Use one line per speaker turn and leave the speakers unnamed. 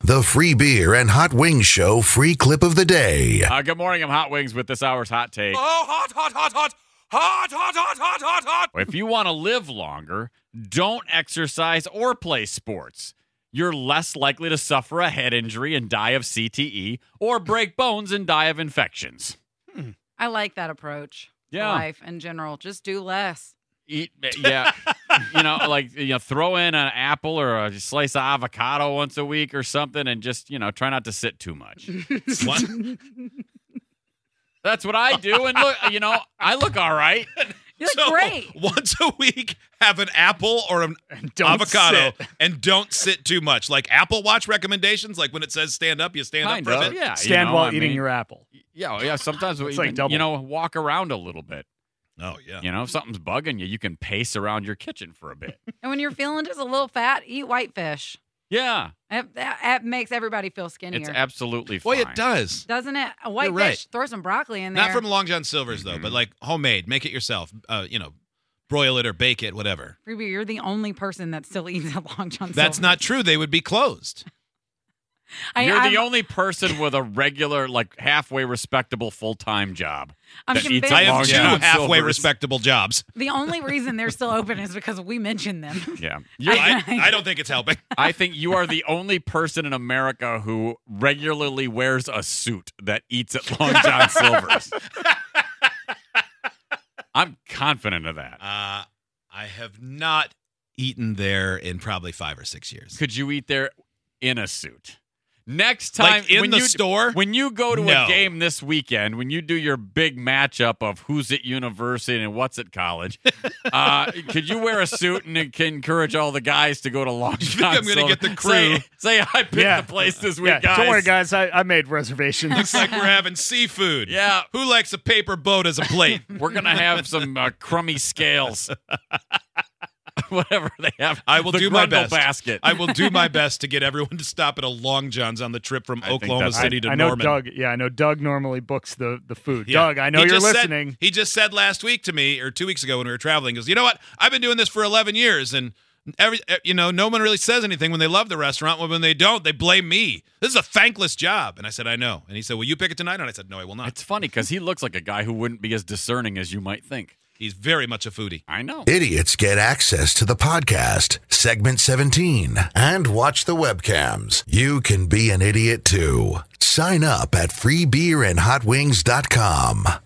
The free beer and hot wings show free clip of the day.
Uh, good morning. I'm Hot Wings with this hour's hot take.
Oh, hot, hot, hot, hot, hot, hot, hot, hot, hot, hot.
If you want to live longer, don't exercise or play sports. You're less likely to suffer a head injury and die of CTE or break bones and die of infections.
I like that approach. to
Yeah.
Life in general. Just do less.
Eat, yeah, you know, like you know, throw in an apple or a slice of avocado once a week or something, and just you know, try not to sit too much.
What?
That's what I do, and look, you know, I look all right.
You look
So,
great.
Once a week, have an apple or an
don't
avocado,
sit.
and don't sit too much. Like Apple Watch recommendations, like when it says stand up, you stand
Kind
up from
of,
it.
yeah. you
Stand
know,
while
I
eating
mean,
your apple.
yeah, oh, yeah. Sometimes we
It's like
even,
double.
you know, walk around a little bit.
Oh yeah.
You know, if something's bugging you, you can pace around your kitchen for a bit.
And when you're feeling just a little fat, eat whitefish.
yeah,
That, that, that makes everybody feel skinnier.
it's absolutely fine.
Boy, it does.
Doesn't it? A whitefish.
right.
Throw some broccoli in there.
Not from Long John Silver's though,
Mm-hmm.
but like homemade. Make it yourself. Uh, you know, broil it or bake it, whatever.
Ruby, you're the only person that still eats a Long John Silver's.
That's not true. They would be closed.
I,
You're
I'm,
the only person with a regular, like halfway respectable full time job.
I'm
that eats
convinced
a
I
Long
have two
John
halfway
Silver's.
respectable jobs.
the only reason they're still open is because we mentioned them.
Yeah. You, I,
I, I don't think it's helping.
I think you are the only person in America who regularly wears a suit that eats at Long John Silver's. I'm confident of that.
Uh, I have not eaten there in probably five or six years.
Could you eat there in a suit? Next time
Like in
when
the
you,
store?
when you go to
No.
a game this weekend, when you do your big matchup of who's at university and what's at college, uh, could you wear a suit and it can encourage all the guys to go to Long
think
John
I'm gonna
Silver?
get the crew?
Say, say I picked
Yeah.
the place this week,
Yeah,
guys.
don't worry, guys. I, I made reservations.
Looks like we're having seafood.
Yeah.
Who likes a paper boat as a plate?
We're gonna have some uh, crummy scales, whatever they have.
I will
the
do my
Grundle
best.
Basket.
I will do my best to get everyone to stop at a Long John's on the trip from
I think
Oklahoma
that's-
City
I,
to
I know
Norman.
Doug. Yeah, I know Doug normally books the the food.
Yeah.
Doug, I know
He
you're
just said-
listening.
he just said last week to me, or two weeks ago when we were traveling, he goes, you know what? I've been doing this for 11 years, and every, eh, you know, no one really says anything when they love the restaurant. When they don't, they blame me. This is a thankless job. And I said, I know. And he said, Will you pick it tonight? And I said, No, I will not.
It's funny because he looks like a guy who wouldn't be as discerning as you might think.
He's very much a foodie.
I know.
Idiots get access to the podcast, segment 17, and watch the webcams. You can be an idiot too. Sign up at freebeerandhotwings.com.